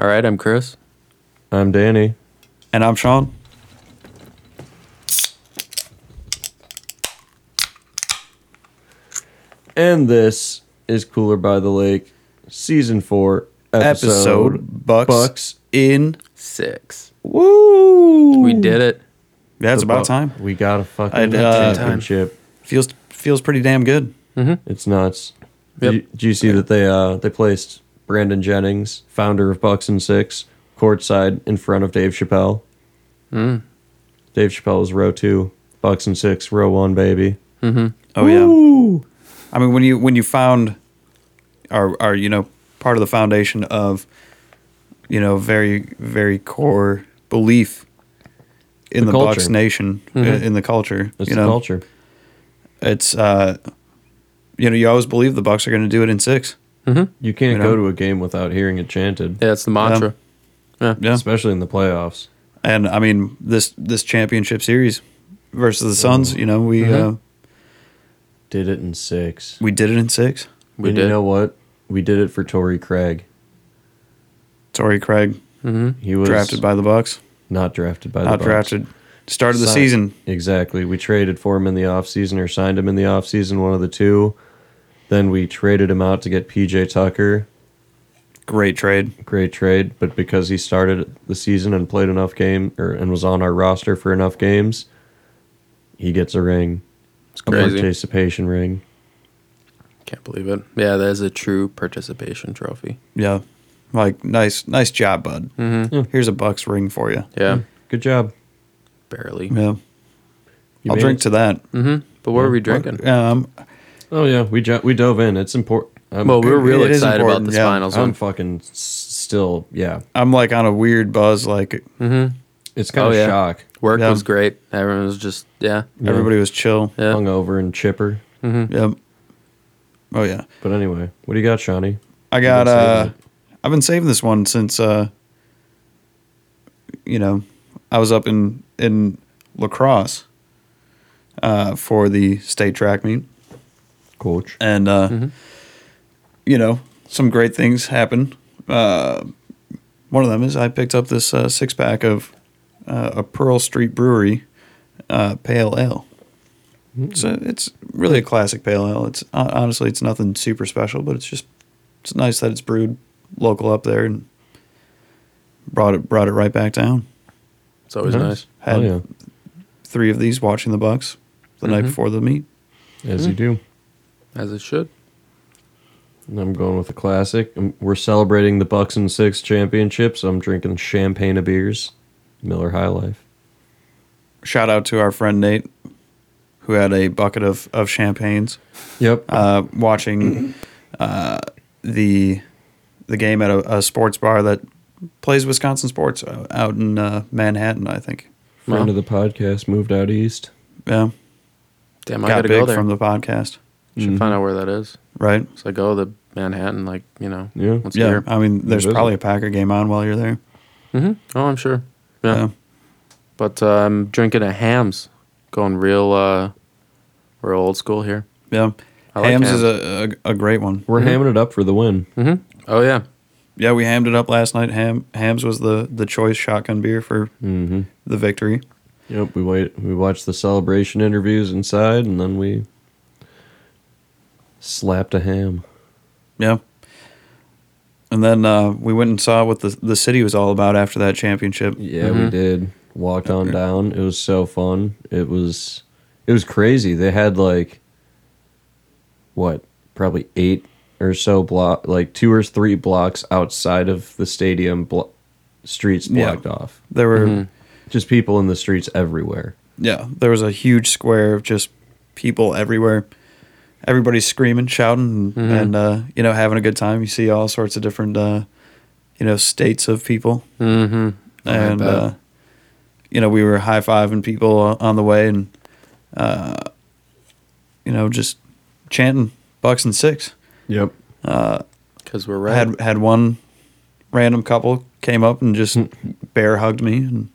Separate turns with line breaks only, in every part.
All right, I'm Chris.
I'm Danny.
And I'm Sean.
And this is Cooler by the Lake, Season 4,
Episode, Bucks,
Bucks.
in.
Six.
Woo!
We did it.
Yeah, it's about time.
We got a fucking
I'd, uh,
championship.
Feels feels pretty damn good.
It's nuts.
Yep.
Did, you, did you see that they uh, they placed Brandon Jennings, founder of Bucks and Six, courtside in front of Dave Chappelle? Dave Chappelle was row two, Bucks and Six, row one, baby.
Oh yeah. I mean, when you when you found, are are you know part of the foundation of, you know, very very core belief in
The
the, Bucks
culture. Mm-hmm.
Nation i- in the culture.
It's
you
the
know,
culture.
it's uh, you know, you always believe the Bucks are going to do it in six.
Mm-hmm.
You can't
You
go
know?
to a game without hearing it chanted,
Yeah, that's the mantra.
Yeah.
especially in the playoffs.
and I mean this this championship series versus the Suns. You know, we
Mm-hmm.
uh,
Did it in six.
we did it in six.
We
and
did.
you know what? We did it for Torrey Craig.
Torrey Craig
He was
drafted by the Bucks,
not drafted by the
not
Bucks.
drafted. Started the
Signed-
season.
Exactly. We traded for him in the offseason or signed him in the offseason, one of the two. Then we traded him out to get PJ Tucker.
Great trade.
Great trade, but because he started the season and played enough game or and was on our roster for enough games, he gets a ring. It's
crazy.
A participation ring.
Can't believe it. Yeah, that is a true participation trophy.
Yeah, like nice nice job, bud.
Mhm.
Yeah.
Here's a Bucks ring for you.
Yeah,
Good job.
barely.
Mm. Yeah,
You
I'll
made
drink
it.
to that.
Mm-hmm. But what were we drinking?
Um,
Oh yeah, we jo- we dove in. It's important.
Well, we were really
It is
excited about
important,
this
yeah. Um,
finals
I'm
one.
fucking s- still yeah.
I'm like on a weird buzz. Like
Mm-hmm.
It's kind
Oh,
of
yeah.
shock.
Work
Yeah.
was great. Everyone was just yeah,
everybody was chill.
yeah.
Hungover and chipper.
Yep. Oh yeah.
But anyway, what do you got, Shawnee?
I got
been
uh
saving
I've been saving this one since uh you know, I was up in in lacrosse uh for the state track meet
Coach.
and uh you know, some great things happened. Uh one of them is I picked up this uh, six pack of uh, a Pearl Street Brewery uh, pale ale. So it's really a classic pale ale. It's hon- honestly it's nothing super special, but it's just it's nice that it's brewed local up there and brought it brought it right back down.
It's always
Mm-hmm.
nice.
Hell
Had
yeah,
three of these watching the Bucks the night before the meet.
as you do.
as it should.
And I'm going with a classic. Um, We're celebrating the Bucks and Six championship, so I'm drinking champagne of beers, Miller High Life.
Shout out to our friend Nate, who had a bucket of of champagnes.
Yep.
uh, watching uh, the the game at a, a sports bar that plays Wisconsin sports uh, out in uh, Manhattan, I think.
Friend
Wow.
of the podcast moved out east.
Yeah,
Damn, I
got
gotta go
big
there.
from the Mm-hmm. podcast,
should find out where that is.
right?
So I go to Manhattan, like you know,
Yeah.
once a
yeah,
year.
I mean, there's
visit.
probably a Packer game on while you're there.
Oh, I'm sure.
Yeah,
Yeah, but uh, I'm drinking a Hams, going real, uh real old school here.
yeah.
I like
Hams,
Hams.
is a, a a great one.
We're hamming it up for the win.
Oh yeah,
Yeah, we hammed it up last night. Ham Hams was the the choice shotgun beer for the victory.
Yep. We wait. We watched the celebration interviews inside, and then we slapped a ham.
Yeah. And then uh, we went and saw what the the city was all about after that championship.
Yeah, we did. Walked on down. It was so fun. It was it was crazy. They had like what, probably eight or so block like two or three blocks outside of the stadium blo- streets
Yeah.
blocked off.
There were
Mm-hmm.
Just people in the streets everywhere.
yeah, there was a huge square of just people everywhere. Everybody's screaming, shouting, and, and uh, you know having a good time. You see all sorts of different, uh, you know, states of people,
mm-hmm.
and
bet.
uh, you know we were high fiving people o- on the way, and uh, you know just chanting bucks and six.
Yep.
because we're
I
red.
had had one random couple came up and just bear hugged me, and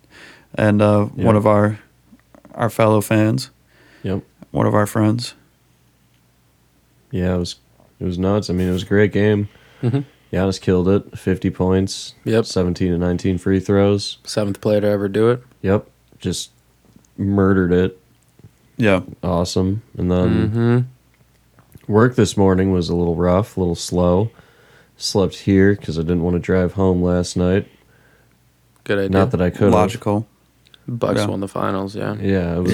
and uh,
Yeah.
one of our our fellow fans,
Yep.
one of our friends.
Yeah, it was it was nuts. I mean, it was a great game. Giannis killed it. 50 points.
Yep.
17 to 19 free throws.
Seventh player to ever do it.
Yep. Just murdered it.
Yeah.
Awesome. And then
hmm
work this morning was a little rough, a little slow. Slept here because I didn't want to drive home last night.
Good idea.
Not that I could.
Logical.
Bucks
yeah.
won the finals. Yeah.
Yeah, it was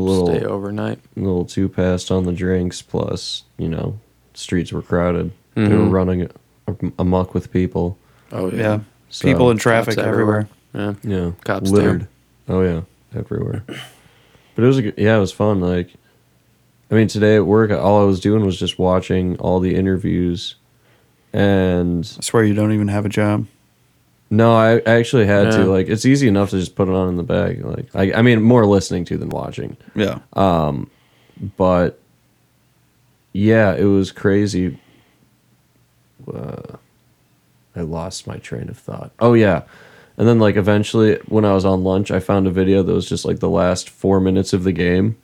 a little
Stay overnight.
a little too passed on the drinks. Plus, you know, streets were crowded. They were
Mhm.
running am- amok with people.
Oh
Yeah.
yeah.
So,
People in traffic
Cops
everywhere.
everywhere. Yeah.
yeah,
cops
Oh yeah, everywhere. But it was a good, yeah, it was fun. Like, I mean, today at work, all I was doing was just watching all the interviews, and
I swear you don't even have a job.
No, I I actually had to.
Yeah.
Like, it's easy enough to just put it on in the bag. Like, I, I mean, more listening to than watching.
Yeah.
But yeah, it was crazy. Uh, I lost my train of thought. Oh yeah, and then like eventually, when I was on lunch, I found a video that was just like the last four minutes of the game.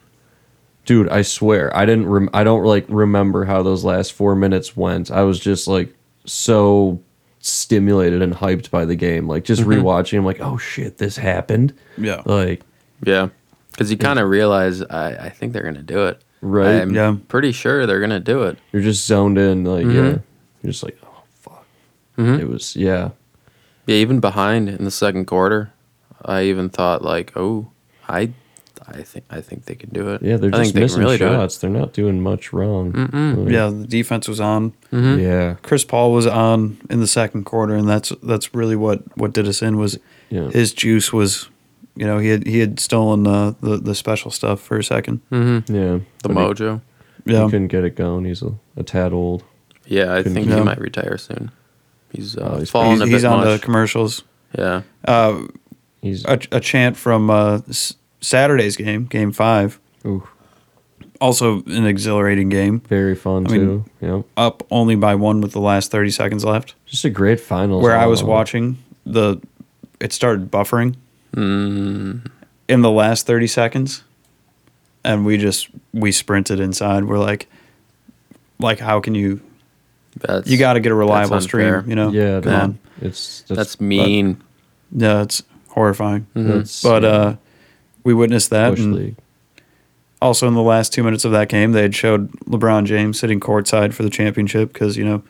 Dude, I swear, I didn't. Rem- I don't like remember how those last four minutes went. I was just like so stimulated and hyped by the game. Like just rewatching, I'm like, oh shit, this happened.
yeah.
Like
Yeah. Because you kind of realize I, I think they're gonna do it.
Right.
I'm
Yeah.
pretty sure they're gonna do it.
You're just zoned in, like
Mm-hmm.
yeah. You're just like, oh fuck.
Mhm.
It was yeah,
Yeah. Even behind in the second quarter, I even thought like, oh, I, I think I think they can do it.
yeah. They're
I
just
think they can
missing
really do it.
shots. They're not doing much wrong. Like,
Yeah. The defense was on.
mm-hmm.
yeah,
Chris Paul was on in the second quarter, and that's that's really what what did us in was
Yeah.
his juice was, you know, he had he had stolen the the, the special stuff for a second.
yeah.
Mm-hmm. The
But he-
mojo.
He,
Yeah,
couldn't get it going. He's a, a tad old.
Yeah, I think he
Yeah.
might retire soon. He's, uh,
Oh, he's-
fallen
he's,
a bit
he's on the
much.
commercials.
yeah.
He's
uh, A, a chant from uh, S- Saturday's game, Game Five,
ooh,
also an exhilarating game.
very fun
I mean-
too. Yeah,
Up only by one with the last thirty seconds left.
just a great final.
Where I was watching the, it started buffering
Mm,
in the last thirty seconds, and we just we sprinted inside. We're like, like how can you?
That's,
You got to get a reliable
that's
stream,
unfair.
you know.
Yeah,
Come on.
dude, it's
That's mean. Mm-hmm.
yeah, it's horrifying.
That's,
But
yeah,
uh, we witnessed that.
Bush
and-
league.
Also, in the last two minutes of that game, they had showed LeBron James sitting courtside for the championship because you know,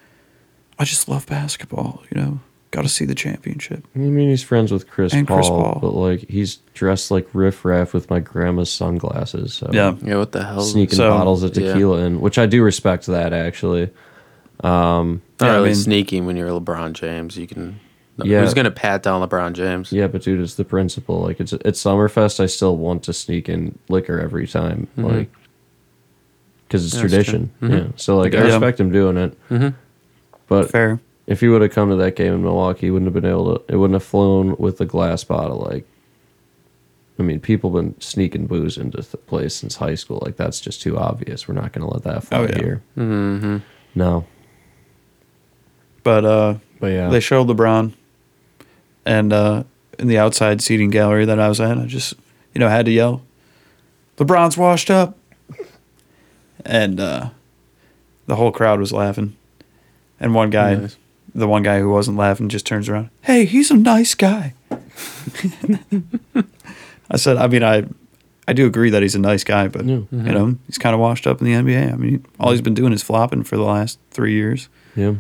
I just love basketball. You know, got to see the championship.
I mean, he's friends with Chris Paul,
And Chris Paul.
but like he's dressed like riff raff with my grandma's sunglasses. So
Yeah,
yeah, what the hell? is-
sneaking
Oh, So-
bottles of
Yeah.
tequila in, which I do respect that actually.
Not
Yeah, I
really
mean-
sneaking when you're LeBron James. You can.
Yeah.
Who's gonna pat down LeBron James?
Yeah, but dude, it's the principle. Like it's it's Summerfest. I still want to sneak in liquor every time,
Mm-hmm.
Like 'cause like because it's
That's true.
tradition. Yeah, so like I
Yeah. Mm-hmm.
respect him doing it. But
fair.
if he would have come to that game in Milwaukee, he wouldn't have been able to. It wouldn't have flown with a glass bottle. Like, I mean, people been sneaking booze into the place since high school. Like that's just too obvious. We're not going to let that fly
Oh, yeah.
here. Mm-hmm. No,
But uh,
but yeah,
they showed LeBron, and uh, in the outside seating gallery that I was at, I just you know had to yell, "LeBron's washed up," and uh, the whole crowd was laughing, and one guy,
Nice.
the one guy who wasn't laughing, just turns around, "Hey, he's a nice guy." I said, I mean, I, I do agree that he's a nice guy, but
Yeah. Mm-hmm.
you know, he's kind of washed up in the NBA. I mean, all he's been doing is flopping for the last three years.
Yeah.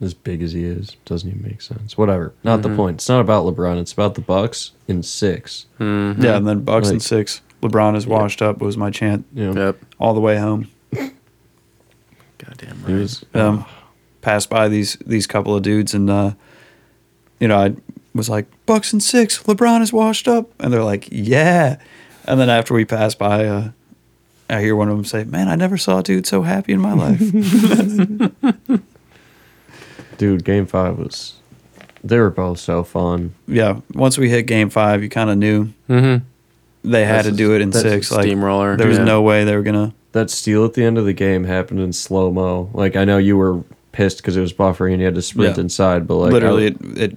As big as he is, doesn't even make sense. Whatever. Not the point. It's not about LeBron. It's about the Bucks in six.
Mhm.
Yeah, and then Bucks
Like-
and six. LeBron is washed up was my chant
You know,
Yep.
all the way home.
Goddamn
he
right.
was
Um, passed by these these couple of dudes, and uh, you know I was like Bucks and six. LeBron is washed up, and they're like, yeah. And then after we pass by, uh, I hear one of them say, "Man, I never saw a dude so happy in my life."
dude. Game five was. They were both so fun.
yeah. Once we hit Game Five, you kind of knew
Mm-hmm.
they had
That's
to
a-
do it in
that's a
six. Like
steamroller,
there was
yeah.
no way they were gonna.
That steal at the end of the game happened in slow mo. Like I know you were pissed because it was buffering and you had to sprint
Yeah.
inside, but like
literally,
I-
it, it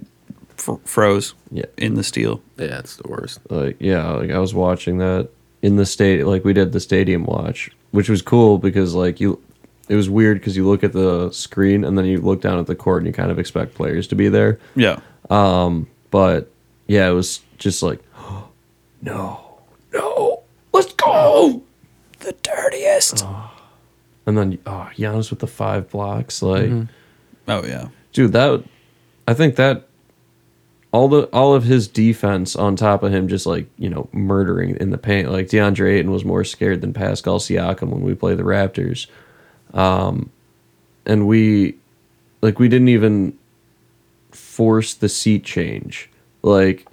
fr- froze
yeah,
in the steel.
Yeah, it's the worst.
like yeah like i was watching that in the state like we did the stadium watch which was cool because like you it was weird because you look at the screen and then you look down at the court and you kind of expect players to be there.
Yeah.
But yeah, it was just like, no, no, let's go.
The dirtiest.
And then oh, Giannis with the five blocks, like
Oh yeah.
dude, that I think that all the all of his defense on top of him just like you know murdering in the paint. Like DeAndre Ayton was more scared than Pascal Siakam when we play the Raptors, um, and we like we didn't even force the seat change, like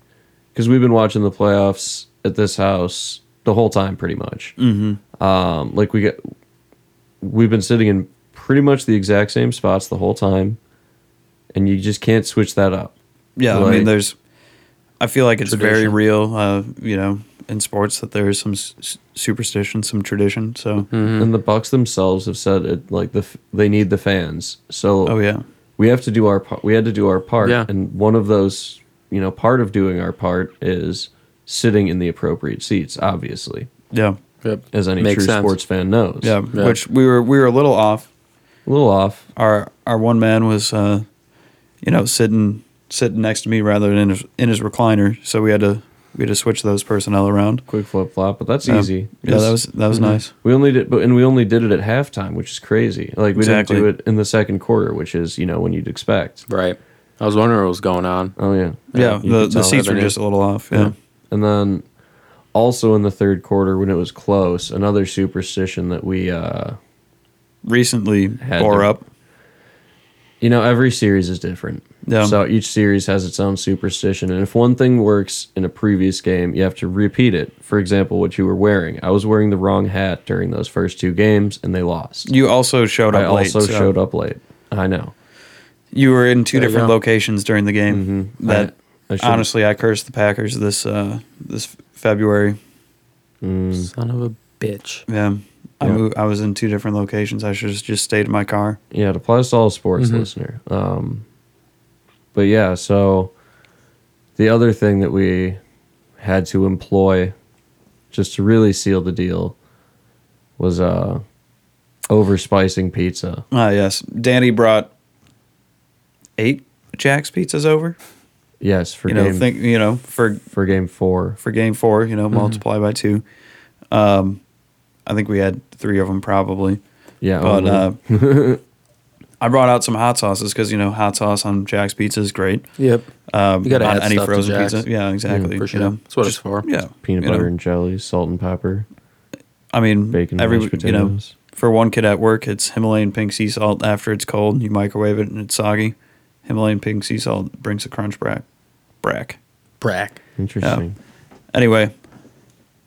because we've been watching the playoffs at this house the whole time pretty much. Mm-hmm. Um, like we get we've been sitting in pretty much the exact same spots the whole time and you just can't switch that up.
Yeah, I
Like-
mean, there's. I feel like it's very
Tradition.
real, uh, you know, in sports that there's some s- superstition, some tradition. So,
And the Bucks themselves have said it like the f- they need the fans, so
oh yeah,
we have to do our part. We had to do our part,
Yeah.
and one of those, you know, part of doing our part is sitting in the appropriate seats, obviously,
yeah,
Yep.
as any
Makes
true
sense.
sports fan knows.
yeah,
Yeah.
Which we were we were a little off.
a little off.
Our our one man was, uh, you know, sitting sitting next to me rather than in his, in his recliner. So we had to we had to switch those personnel around.
Quick flip flop, but that's
Um,
easy.
Yeah, that
Just- Mm-hmm.
was that was nice.
We only did, but and we only did it at halftime, which is crazy. Like we
Exactly.
didn't do it in the second quarter, which is you know when you'd expect.
Right. I was wondering what was going on.
Oh yeah,
Yeah,
you
the
could
the
tell.
seats were
Avenue.
just a little off. Yeah,
And then also in the third quarter when it was close, another superstition that we uh
recently
Had
bore
to-
up.
you know, every series is different.
Yeah.
So each series has its own superstition. And if one thing works in a previous game, you have to repeat it. For example, what you were wearing. I was wearing the wrong hat during those first two games and they lost.
You also showed up
I
late.
also
so
showed up late. I know.
You were in two
There you
different
go.
locations during the game. That
Mm-hmm. I, I should've-
honestly, I cursed the Packers this uh, this February.
Mm.
Son of a bitch.
Yeah, I
Yeah.
moved, I was in two different locations. I should have just stayed in my car.
Yeah, it applies to all sports listener. Um, but yeah, so the other thing that we had to employ just to really seal the deal was uh overspicing pizza.
Ah, yes. Danny brought eight Jack's pizzas over.
Yes, for
you
game Mm-hmm.
know, think you know for
for game four.
for game four. You know, multiply by two. Um, I think we had three of them probably.
Yeah,
But
only-
uh, I brought out some hot sauces because you know hot sauce on Jack's Pizza is great.
Yep.
Um,
You gotta
not
add
any
stuff to
frozen
Jack's. Mm,
pizza. Yeah, exactly.
for sure.
You know,
That's what it's for.
Yeah,
peanut
you know,
butter and jelly, salt and pepper,
I mean,
bacon,
every
mashed
you know,
potatoes.
for one kid at work, it's Himalayan pink sea salt. After it's cold, you microwave it and it's soggy. Himalayan pink sea salt brings a crunch back. Brack.
Brack.
Interesting.
Anyway,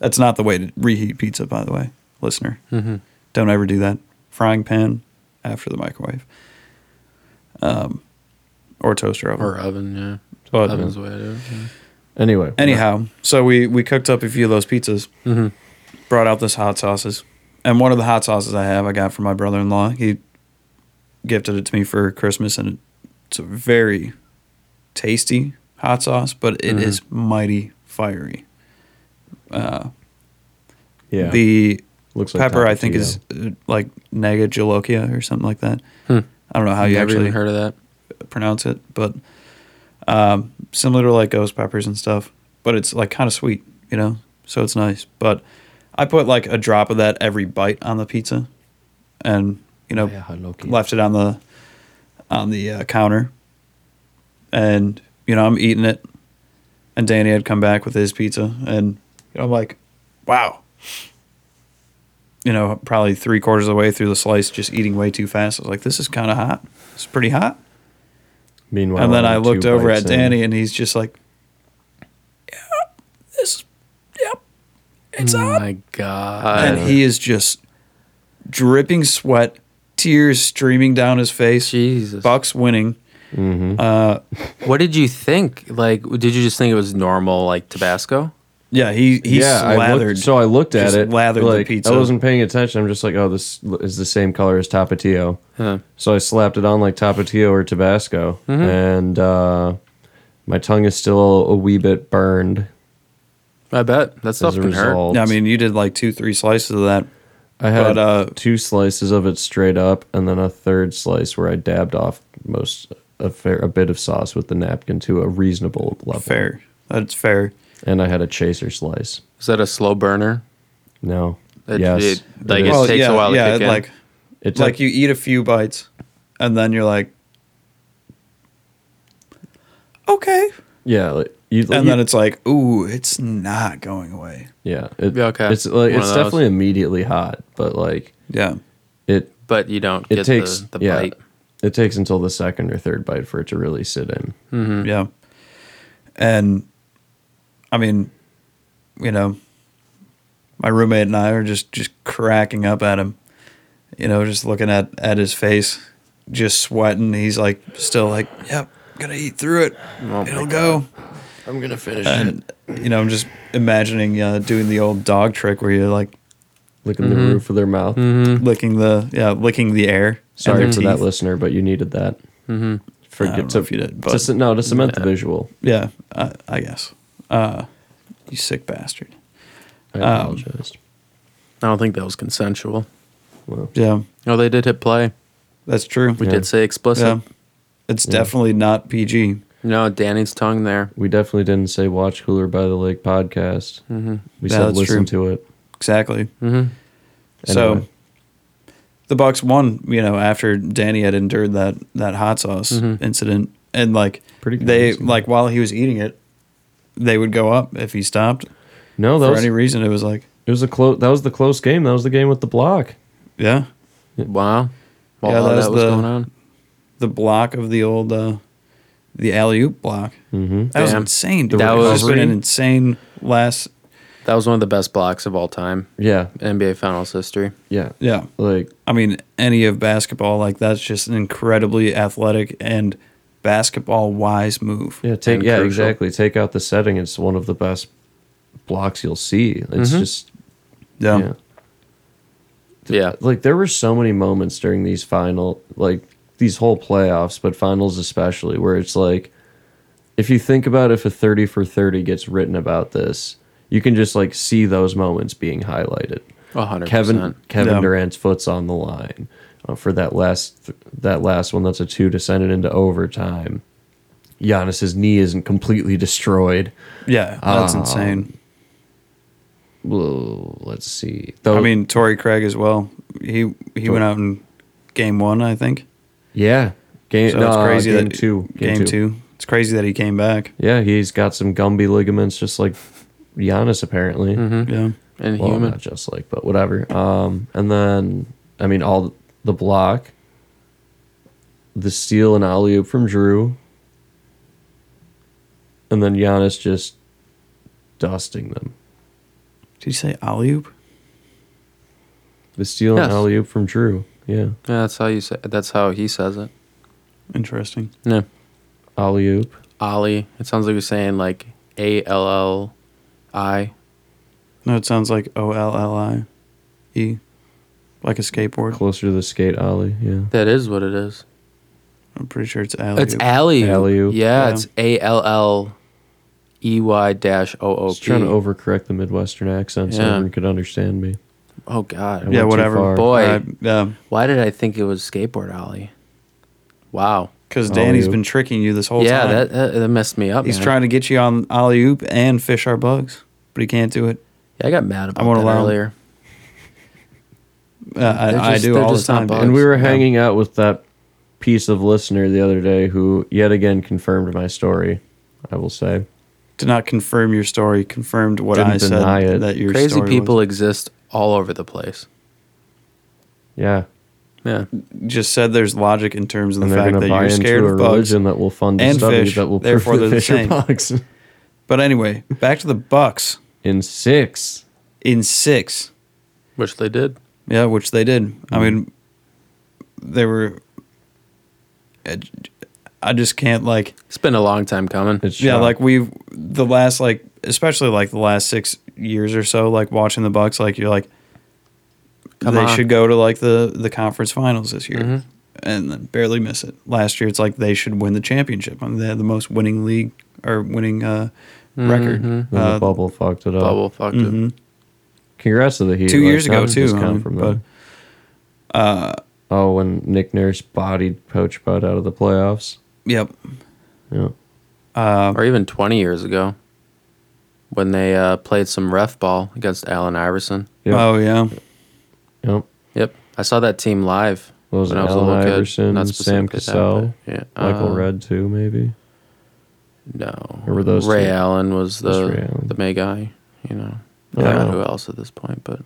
that's not the way to reheat pizza, by the way, listener. Mm-hmm. Don't ever do that. Frying pan after the microwave, um, or toaster oven.
Or oven, yeah.
But-
Oven's the way I do it. yeah.
Anyway.
Anyhow, so we we cooked up a few of those pizzas.
Mm-hmm.
Brought out this hot sauces, and one of the hot sauces I have I got from my brother in law. He gifted it to me for Christmas, and it's a very tasty hot sauce, but
Mm-hmm.
it is mighty fiery.
yeah.
The
looks
pepper I think
Tapatio.
is uh, like nega jalokia or something like that. I don't know how
I've
you
Hmm. never
actually
even heard of that.
pronounce it, but um, similar to like ghost peppers and stuff, but it's like kind of sweet, you know, so it's nice. But I put like a drop of that every bite on the pizza, and you know,
Yeah, Haloki.
left it on the on the uh, counter, and you know I'm eating it, and Danny had come back with his pizza, and you know, I'm like, wow. You know, probably three quarters of the way through the slice, just eating way too fast. I was like, "This is kind of hot. It's pretty hot."
Meanwhile,
and then
I'm
I
two
looked over
bites
at
in.
Danny, and he's just like, "Yeah, this, yep, it's
oh
on."
my god.
And he is just dripping sweat, tears streaming down his face.
Jesus.
Bucks winning. Uh,
What did you think? Like, did you just think it was normal, like Tabasco?
Yeah, he he
I looked-
slathered.
so I looked at
just
it.
lathered the
like,
pizza.
I wasn't paying attention. I'm just like, oh, this is the same color as Tapatio.
Huh.
So I slapped it on like Tapatio or Tabasco,
Mm-hmm.
and uh, my tongue is still a wee bit burned
I bet that stuff
as a
can hurt.
result.
Yeah, I mean, you did like two, three slices of that.
I had
But, uh,
two slices of it straight up, and then a third slice where I dabbed off most a fair a bit of sauce with the napkin to a reasonable level.
Fair. That's fair.
And I had a chaser slice.
Is that a slow burner?
No.
It-
yes.
it- like,
it
it
is.
Well, takes a while to kick
it,
in.
like
It took-
like you eat a few bites, and then you're like, okay,
yeah. Like, you,
and
you-
then it's like, ooh, it's not going away.
yeah. It,
Yeah, okay.
It's like
One
it's
of those.
definitely immediately hot, but like
Yeah,
it
But you don't
it
get
takes
the, the
yeah,
bite.
It takes until the second or third bite for it to really sit in.
yeah, and I mean, you know, my roommate and I are just just cracking up at him, you know, just looking at at his face, just sweating. He's like, still like, yep, gonna eat through it.
my
It'll go.
I'm gonna finish
And you know, I'm just imagining uh, doing the old dog trick where you're like
Licking the
Mm-hmm.
roof of their mouth.
licking the yeah, licking the air.
Hmm. Sorry
and
for
their
that
teeth.
listener, but you needed that. Mm-hmm.
I
Forget
don't
to,
know if you did,
to
but-
ce- no to cement the visual.
Yeah, I, I guess. Uh, you sick bastard.
I
Um,
apologize.
I don't think that was consensual.
Well,
Yeah,
Oh, they did hit play.
that's true.
We
Yeah.
did say explicit.
Yeah, it's definitely not PG.
No, Danny's tongue there.
we definitely didn't say "Watch Cooler by the Lake" podcast. Mm-hmm. We
Yeah,
said
that's
listen to
true.
it.
Exactly.
Mm-hmm.
Anyway.
So the Bucks won, you know, after Danny had endured that that hot sauce incident, and like
Pretty good
they
incident.
like while he was eating it, they would go up if he stopped
No, that
for
was
any reason. It was like,
it was a close. That was the close game. That was the game with the block.
yeah,
Wow. While
Yeah,
all
that
that
was
was,
the-
going on.
the block of the old uh the alley oop block.
Mm-hmm.
That was
Damn.
insane.
The
Dude. That was been
recovery.
an insane last.
That was one of the best blocks of all time
Yeah,
in NBA Finals history.
yeah,
Yeah,
like
I mean any of basketball like that's just an incredibly athletic and basketball wise move.
yeah. Take
And
yeah,
crucial.
exactly. Take out the setting. It's one of the best blocks you'll see. It's
Mm-hmm.
just
Yeah.
yeah.
Yeah.
like there were so many moments during these final like these whole playoffs but finals especially where it's like if you think about if a 30 for 30 gets written about this you can just like see those moments being highlighted
100%.
kevin kevin
Yeah.
durant's foot's on the line uh, for that last that last one that's a two to send it into overtime Giannis's knee isn't completely destroyed.
Yeah, that's
Um,
insane.
Whoa, let's see. Though,
I mean, Torrey Craig as well. He he went out in game one, I think.
yeah, game.
So
no,
it's crazy
game
that
two.
Game, two. It's crazy that he came back.
Yeah, he's got some Gumby ligaments, just like Giannis apparently.
Yeah,
and
Well,
Mm-hmm.
uh,
human.
not just like, but whatever. Um, and then I mean, all the block, the steal and alley oop from Drew, and then Giannis just dusting them.
did you say alley oop?
The steal
Yes.
and alley oop from Drew. Yeah,
Yeah, that's how you say. That's how he says it.
Interesting.
No,
alley oop.
Ollie. It sounds like you're saying like A L L I.
No, it sounds like O L L I E, like a skateboard.
Closer to the skate alley. Yeah.
That is what it is.
I'm pretty sure it's alley.
It's alley.
Alley-oop.
Yeah,
Yeah.
it's A L L E Y dash O
I
O
was trying to
P.
overcorrect the Midwestern accent so
Yeah.
everyone could understand me.
Oh God.
Yeah.
yeah,
went too
whatever.
far.
Boy.
Uh, yeah,
Why did I think it was skateboard alley? Wow.
because Danny's
Alley-oop.
been tricking you this whole
yeah,
time.
that, that that messed me up.
he's
man.
trying to get you on alley oop and fish our bugs, but he can't do it.
Yeah, I got mad about
won't
that
allow him.
earlier.
Uh, I, I
just-
do
they're
all the
just not
time.
bugs.
And we were
Yeah.
hanging out with that piece of listener the other day who yet again confirmed my story, I will say.
did not confirm your story. Confirmed what
Didn't
I said
deny it.
that your
Crazy
story
people
was.
exist all over the place.
Yeah.
Yeah.
just said there's logic in terms of
And
the
they're
fact
going
that
to buy
you're scared
into a
of bugs.
religion that will fund a
and
study
fish,
that will prove
therefore
the
they're the
fish are
same.
bugs.
But anyway, back to the Bucks
In six.
in six.
Which they did.
Yeah, which they did. I mean,
Mm-hmm.
they were. I j- I just can't like.
It's been a long time coming.
It's
Yeah,
shock.
like we've the last like, especially like the last six years or so, like watching the Bucks, like you're like,
Come
they
on. Mm-hmm.
should go to like the the conference finals this year, and then barely miss it. Last year, it's like they should win the championship. I mean, they had the most winning league or winning uh, record.
And the
Uh,
Mm-hmm.
bubble fucked it up.
Bubble fucked it.
mhm.
Congrats to the Heat.
Two
Like,
years
how
ago,
did this
too,
come
um,
from
but- uh,
them? oh, when Nick Nurse bodied Poach Bud out of the playoffs.
Yep. Uh,
Yeah.
or even 20 years ago when they uh, played some ref ball against Allen Iverson.
Yep.
Oh yeah.
Yep.
Yep, I saw that team live
What was it? Allen Iverson, Sam Cassell,
yeah,
Michael
uh,
Red too, maybe.
No,
Or were those
Ray
two?
Allen was
Just
the
Ray Allen.
the May guy. You know, I don't
Oh.
know who else at this point, but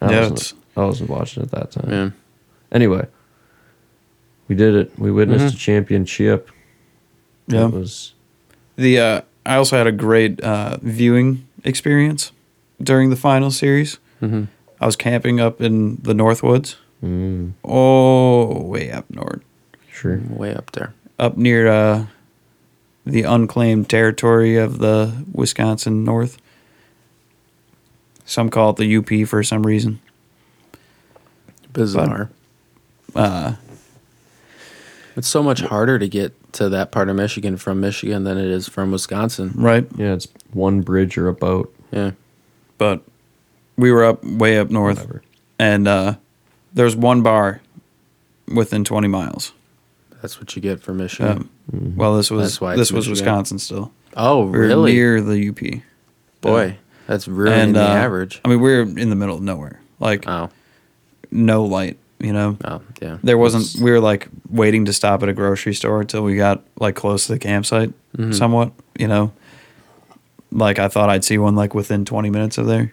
I
Yeah, it's-
wasn't, I wasn't watching at that time.
yeah,
Anyway, we did it. We witnessed a championship.
Mm-hmm. Yeah.
It was
The uh, I also had a great uh, viewing experience during the final series.
hmm
I was camping up in the Northwoods.
mm,
Oh, way up north,
sure.
way up there.
up near uh, the unclaimed territory of the Wisconsin North. Some call it the UP for some reason.
Bizarre.
Uh,
It's so much harder to get to that part of Michigan from Michigan than it is from Wisconsin.
right?
Yeah, it's one bridge or a boat.
Yeah,
But we were up way up north,
Whatever.
and uh, there's one bar within 20 miles.
that's what you get from Michigan.
Um, Well, this was
That's why
this
it's
was
Michigan.
Wisconsin still.
oh,
We were
really?
near the UP.
Boy,
Yeah.
that's really
And,
the
uh,
average.
I mean, we were in the middle of nowhere, like
Oh,
no light. You know,
oh, yeah.
there wasn't.
It's-
we were like waiting to stop at a grocery store until we got like close to the campsite,
Mm-hmm.
somewhat. You know, like I thought I'd see one like within twenty minutes of there.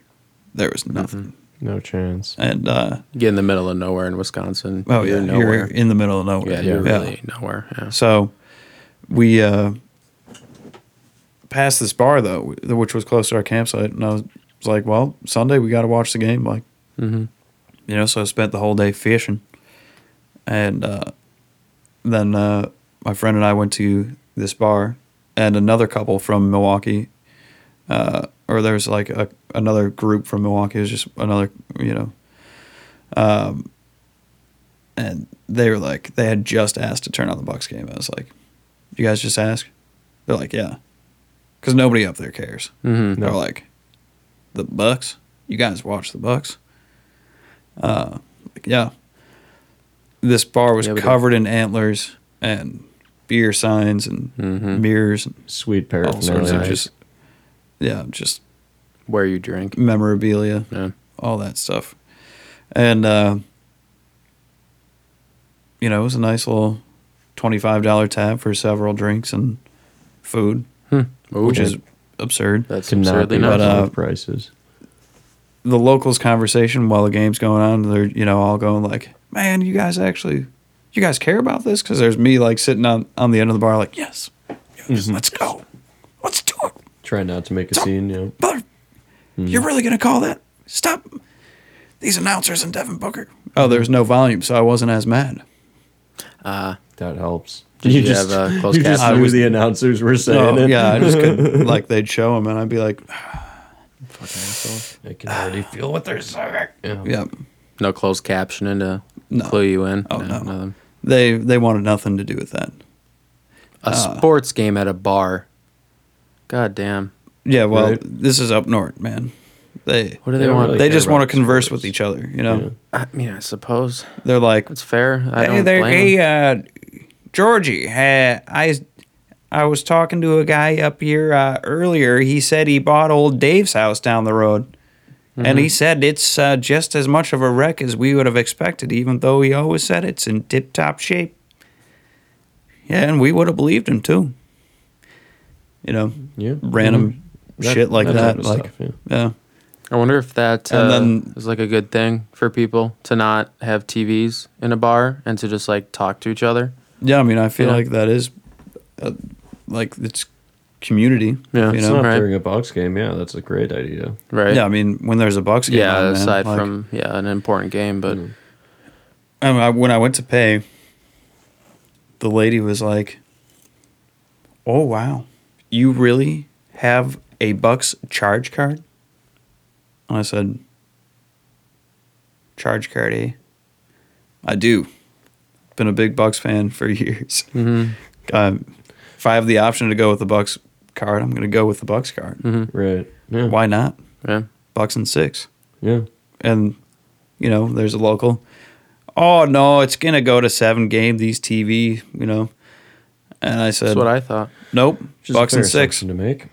Mm-hmm.
There was nothing,
No chance.
and uh,
you get in the middle of nowhere in Wisconsin.
oh
you're
yeah,
nowhere.
you're in the middle of nowhere.
yeah, you're really nowhere. Yeah.
So we uh, passed this bar though, which was close to our campsite, and I was like, "Well, Sunday we got to watch the game." Like,
mm-hmm,
you know, so I spent the whole day fishing, and uh, then uh, my friend and I went to this bar, and another couple from Milwaukee, uh, or there's like a, another group from Milwaukee. It was just another, you know. Um, and they were like, they had just asked to turn on the Bucks game. I was like, "You guys just ask?" They're like, "Yeah," because nobody up there cares.
hmm
They're like, the Bucks. You guys watch the Bucks. Uh, like, yeah. This bar was
Yeah, we did.
covered in antlers and beer signs and
Mhm.
mirrors and
Sweet
all sorts of
paraphernalia.
just, yeah, just
Where you drink.
memorabilia,
Yeah.
all that stuff, and uh, you know, it was a nice little twenty-five dollar tab for several drinks and food,
Ooh,
which is absurd.
that's
Could not
absurdly
be
nice.
But, uh,
enough prices.
the locals conversation while the game's going on they're you know all going like man you guys actually you guys care about this because there's me like sitting on on the end of the bar like yes, yes, let's go let's do it
Try not to make a scene. Yeah.
but you're really gonna call that stop these announcers and devin booker oh there's no volume so i wasn't as mad
Uh,
That helps.
Did you have, uh, closed
you just
captions?
knew the announcers were saying
so
it.
yeah i just could like they'd show them and i'd be like
I can already feel what they're saying. Yeah.
yeah
no closed captioning to
No.
clue you in.
Oh, no.
nothing.
they they wanted nothing to do with that
A
Uh.
sports game at a bar. God damn.
yeah well
Right.
this is up north man they
What do they,
They
want?
really-
they
care
just want to
about
converse
sports.
with each other you know
Yeah.
I mean, I suppose
they're like
it's fair. I
hey
don't
there
blame 'em.
hey uh georgie uh, i i was talking to a guy up here uh, earlier he said he bought old dave's house down the road and he said it's uh, just as much of a wreck as we would have expected even though he always said it's in tip-top shape yeah and we would have believed him too you know
Yeah. Mm-hmm.
random
That-
shit like
that
that,
type of
like
stuff, yeah.
yeah
I wonder if that
And
uh,
then-
is like a good thing for people to not have TVs in a bar and to just like talk to each other.
Yeah, I mean, I feel
Yeah.
like that is, uh, like it's community.
Yeah,
you
it's
It's
know.
not
right.
during a box game. Yeah, that's a great idea.
Right.
Yeah, I mean, when there's a Bucks game,
Yeah,
on, man,
aside
like- Mm-hmm.
from yeah, an important game, but
I mean, I, when I went to pay, the lady was like, "Oh wow, you really have a Bucks charge card?" And I said, "Charge card, eh?" I do. Been a big Bucks fan for years. Um, if I have the
Mm-hmm.
option to go with the Bucks card, I'm going to go with the Bucks card.
Right. Yeah.
Why not?
yeah,
bucks and six.
Yeah.
And you know, there's a local. Oh no, it's gonna go to seven game. These TV, you know. And I said,
That's what I thought.
nope,
Which is a
bucks
fair
and six.
assumption to make.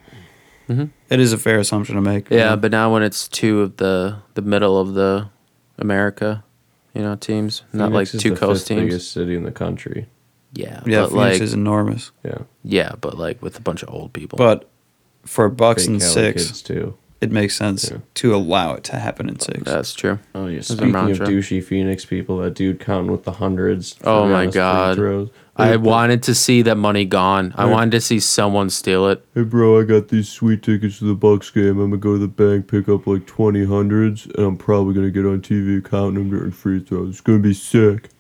It is a fair assumption to make. Uh,
Yeah, but now when it's two of the the middle of the America, you know, teams, not like
Phoenix is
two
the
coast
fifth
teams.
Biggest city in the country.
Yeah,
yeah,
but
Phoenix
like
is enormous.
Yeah.
yeah, but like with a bunch of old people.
But for bucks
Big
and
Cali
six,
kids, too.
it makes sense
Yeah.
to allow it to happen in six.
that's true.
Oh yeah.
a
Speaking of
mantra.
douchey Phoenix people, that dude counting with the hundreds. for
Oh, my
Giannis free
God.
throws.
I
Hey, bro-
wanted to see that money gone. I
Yeah.
wanted to see someone steal it.
Hey bro, I got these sweet tickets to the Bucks game. I'm gonna go to the bank, pick up like twenty hundreds, and I'm probably gonna get on TV counting them during free throws. It's gonna be sick.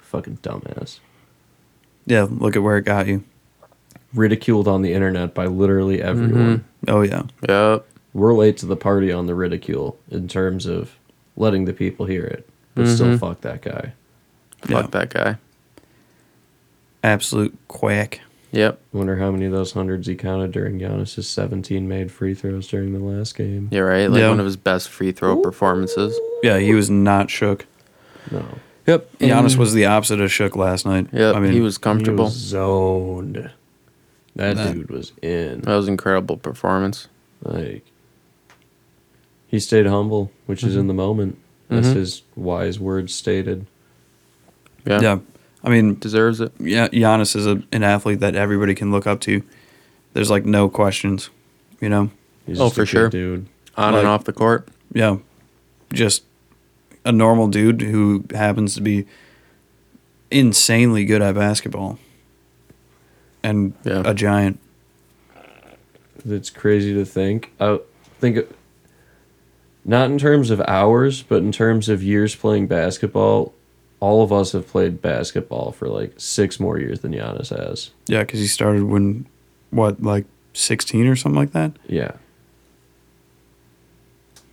Fucking dumbass.
Yeah, look at where it got you.
Ridiculed on the internet by literally everyone.
Mm-hmm.
Oh yeah,
Yep.
we're late to the party on the ridicule in terms of letting the people hear it, but
Mm-hmm.
still fuck that guy.
Fuck
Yeah.
that guy.
absolute quack.
Yep.
Wonder how many of those hundreds he counted during Giannis's 17 made free throws during the last game.
You're right. Like
Yeah.
one of his best free throw performances.
Yeah, he was not shook.
No,
Yep.
Giannis was the opposite of shook last night.
Yep.
I mean,
he was comfortable.
he was zoned. That,
That-
dude was in.
that was an incredible performance.
Like he stayed humble, which
Mm-hmm.
is in the moment. That's
Mhm.
his wise words stated.
Yeah.
Yeah. I mean,
Deserves it.
yeah, Giannis is a, an athlete that everybody can look up to. There's like no questions, you know.
He's
Oh,
just a
for
good
sure.
dude.
On
Like-
and off the court.
Yeah, just a normal dude who happens to be insanely good at basketball and
Yeah.
a giant.
It's crazy to think. I think not in terms of hours, but in terms of years playing basketball. All of us have played basketball for like six more years than Giannis has.
Yeah, because he started when, what, like 16 or something like that?
Yeah.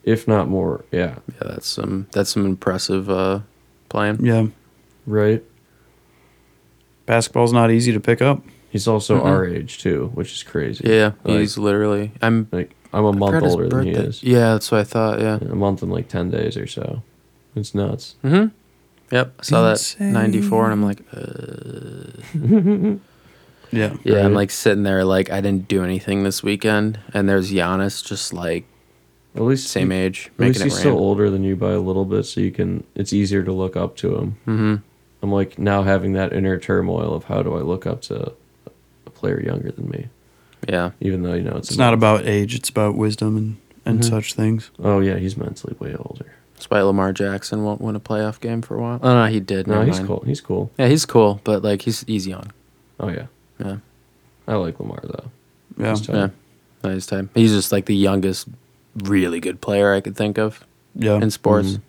If not more, yeah.
Yeah, that's some that's some impressive uh playing.
Yeah.
Right?
Basketball's not easy to pick up.
He's also
Mhm.
our age too, which is crazy.
Yeah,
Like,
he's literally. I'm
like I'm a
I
month
forgot his
older than he
birthday.
is.
Yeah, that's what I thought. Yeah.
A month and like ten days or so. It's nuts.
Mm-hmm. Yep. I saw that
Insane.
94, and I'm like, uh,
Yeah.
yeah.
Right.
I'm like sitting there, like I didn't do anything this weekend, and there's Giannis, just like
At least
same age,
At least
making it
he's
rain.
still older than you by a little bit, so you can. It's easier to look up to him.
Mm-hmm.
I'm like now having that inner turmoil of how do I look up to a player younger than me,
Yeah.
even though you know it's,
It's not about age, it's about wisdom and, and
Mm-hmm.
such things.
Oh yeah, he's mentally way older.
That's why Lamar Jackson won't win a playoff game for a while. Oh no, he did.
No,
never
he's
mind.
cool. He's cool.
Yeah, he's cool, but like he's easy on.
Oh yeah,
Yeah.
I like Lamar though.
Yeah.
He's tough.
Yeah. Nice time. He's just like the youngest, really good player I could think of
Yeah.
in sports.
Mhm.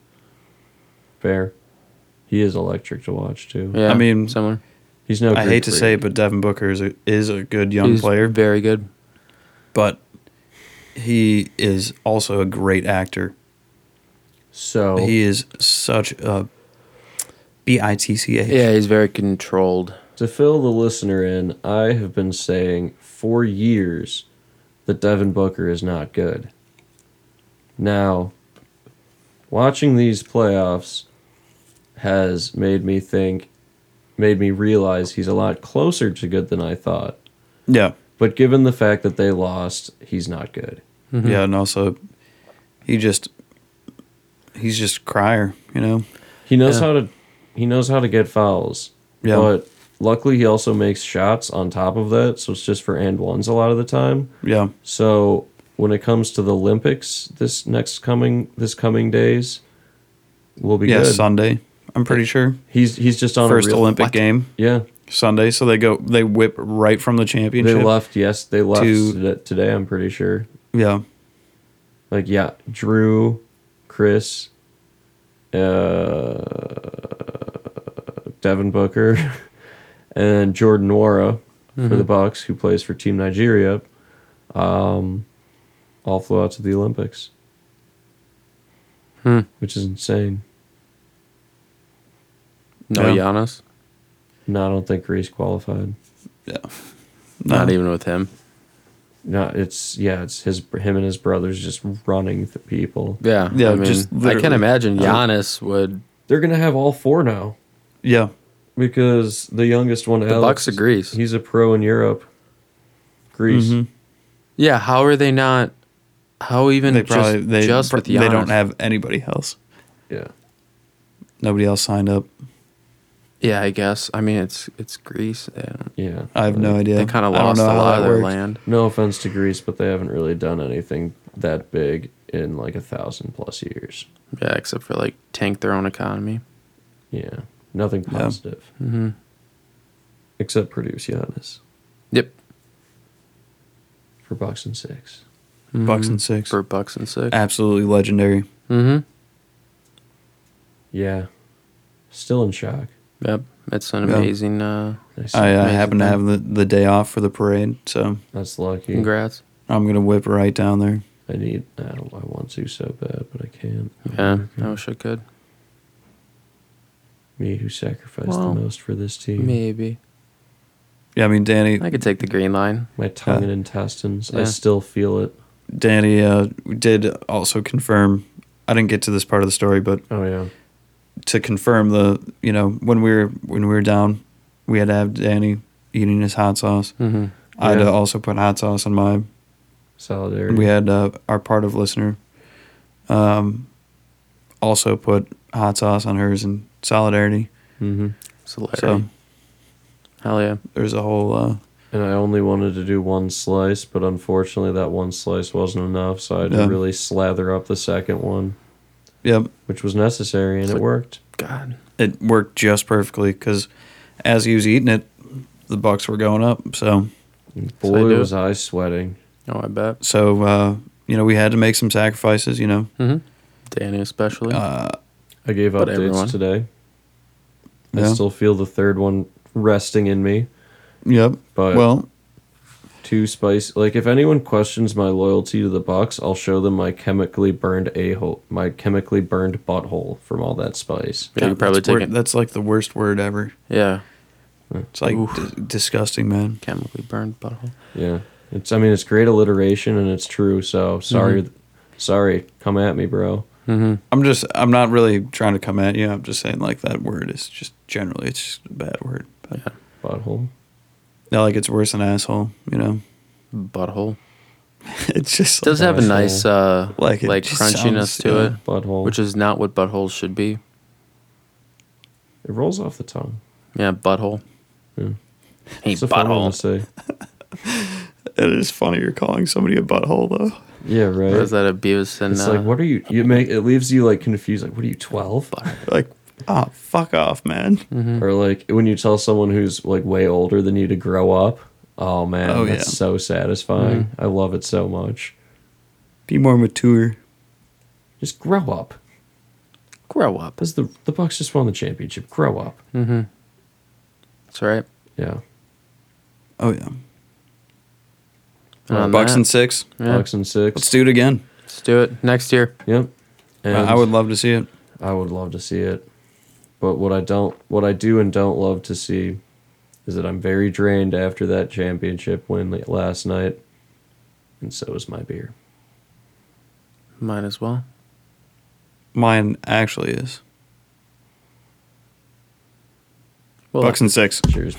Fair. He is electric to watch too.
Yeah.
I mean,
similar.
He's no.
I
Greek
hate to
freak.
say it, but Devin Booker is a, is a good young
He's
player,
Very good.
but he is also a great actor.
Oh.
so.
He is such a B I T C H.
Yeah, he's very controlled.
To fill the listener in, I have been saying for years that Devin Booker is not good. Now, watching these playoffs has made me think, made me realize he's a lot closer to good than I thought.
Yeah.
But given the fact that they lost, he's not good.
Mm-hmm.
Yeah, and also he just he's just a crier, you know.
He knows
Yeah.
how to he knows how to get fouls.
Yeah.
But luckily he also makes shots on top of that, so it's just for and ones a lot of the time.
Yeah.
So when it comes to the Olympics this next coming this coming days, will be
Yeah,
good.
Sunday. I'm pretty sure.
he's he's just on
First
a real,
Olympic
what?
game
Yeah,
Sunday, so they go they whip right from the
they
championship.
left. Yes, they left
To-
to, today. I'm pretty sure.
yeah.
Like yeah, Drew, Chris, uh, Devin Booker, and Jordan Nwora for the Bucks, who plays for Team Nigeria, um, all flew out to the Olympics,
Hmm.
which is insane.
No
Yeah.
Giannis.
No, I don't think Reese qualified.
Yeah.
Not
No.
even with him.
No, it's yeah, it's his him and his brothers just running the people.
Yeah,
Yeah,
I mean,
just
I can
literally.
imagine Giannis would.
They're gonna have all four now
Yeah.
because the youngest one,
The Bucks of Greece.
he's a pro in Europe. Greece.
Mhm.
Yeah, how are they not? How even
They probably
just,
they,
just
pr-
with Giannis?
they don't have anybody else.
Yeah.
Nobody else signed up.
Yeah, I guess. I mean, it's it's Greece. They, don't-
Yeah.
I have no idea.
they kind of
I don't
lost a
know how
lot
that
of their
works.
land.
No offense to Greece, but they haven't really done anything that big in like a thousand plus years.
Yeah, except for like tank their own economy.
Yeah. Nothing
Yeah.
positive.
Mhm.
Except produce Giannis
Yep,
for Bucks and Six.
Bucks and six.
Mm-hmm. for bucks and 6
Absolutely legendary.
mm-hmm.
Yeah. Still in shock.
Yep, it's an
Yeah.
amazing. Uh,
Nice.
I uh,
amazing
happen to
thing.
have the, the day off for the parade, so
That's lucky.
congrats.
I'm gonna whip right down there.
I need. I, don't- I want to so bad, but I can't.
Yeah, I wish I could.
Me who sacrificed
Well,
the most for this team.
Maybe
Yeah, I mean Danny.
I could take the green line.
My tongue
Uh,
and intestines. I
yeah.
still feel it.
Danny uh, did also confirm. I didn't get to this part of the story, but
Oh yeah.
to confirm the you know when we were when we were down, we had to have Danny eating his hot sauce.
Mm-hmm.
I had
Yeah.
to also put hot sauce on mine.
Solidarity.
We had uh, our part of listener um, also put hot sauce on hers in solidarity.
Mm-hmm.
hmm
So hell yeah.
There's a whole uh,
And I only wanted to do one slice, but unfortunately that one slice wasn't enough, so I had
Yeah.
to really slather up the second one,
yep.
which was necessary, and
So-
it worked.
God.
It worked just perfectly because as he was eating it, the bucks were going up. So
And
So I
boy,
do.
was I sweating.
Oh, I bet.
so uh, you know we had to make some sacrifices. You know
Mm-hmm. Danny especially.
uh,
I gave
But
updates
everyone-
today. I
Yeah.
still feel the third one resting in me.
yep.
But
well
too spicy. Like if anyone questions my loyalty to the Bucks, I'll show them my chemically burned a hole, my chemically burned butthole from all that spice.
Yeah, you
God,
probably
that's, wor-
take it.
that's like the worst word ever.
yeah,
It's like
Oof.
d- disgusting, man.
chemically burned butthole.
Yeah, it's. I mean, it's great alliteration and it's true. So sorry, sorry. Come at me, bro.
Mm-hmm.
I'm just I'm not really trying to come at you. I'm just saying like that word is just generally it's just a bad word. But
Butthole.
not like it's worse than asshole, you know.
Butthole
It's just
does
like,
have a nice uh,
Like,
like
it just
crunchiness
sounds-
to
yeah.
it,
Butthole.
which is not what buttholes should be.
it rolls off the tongue.
Yeah, butthole.
Yeah.
Hey,
It's a fun one
butthole.
to say.
it is funny you're calling somebody a butthole though.
Yeah, right.
Or is that abuse and
it's
uh,
like what are you? You make it leaves you like confused. Like what are you twelve?
Like, ah, fuck off, man.
Hmm.
Or like when you tell someone who's like way older than you to grow up. Oh man,
Oh,
that's
yeah.
so satisfying. I love it so much.
Be more mature.
Just grow up.
grow up?
Because the the Bucks just won the championship. Grow up.
That's right.
Yeah.
Oh yeah.
And on
Bucks
that,
and Uh, six.
yeah,
Bucks and six.
Let's do it again.
let's do it next year.
Yep. And
I would love to see it.
I would love to see it. But what I don't what I do and don't love to see is that I'm very drained after that championship win la- last night. And so is my beer.
Might as well.
Mine actually is.
Well,
Bucks and six.
Cheers.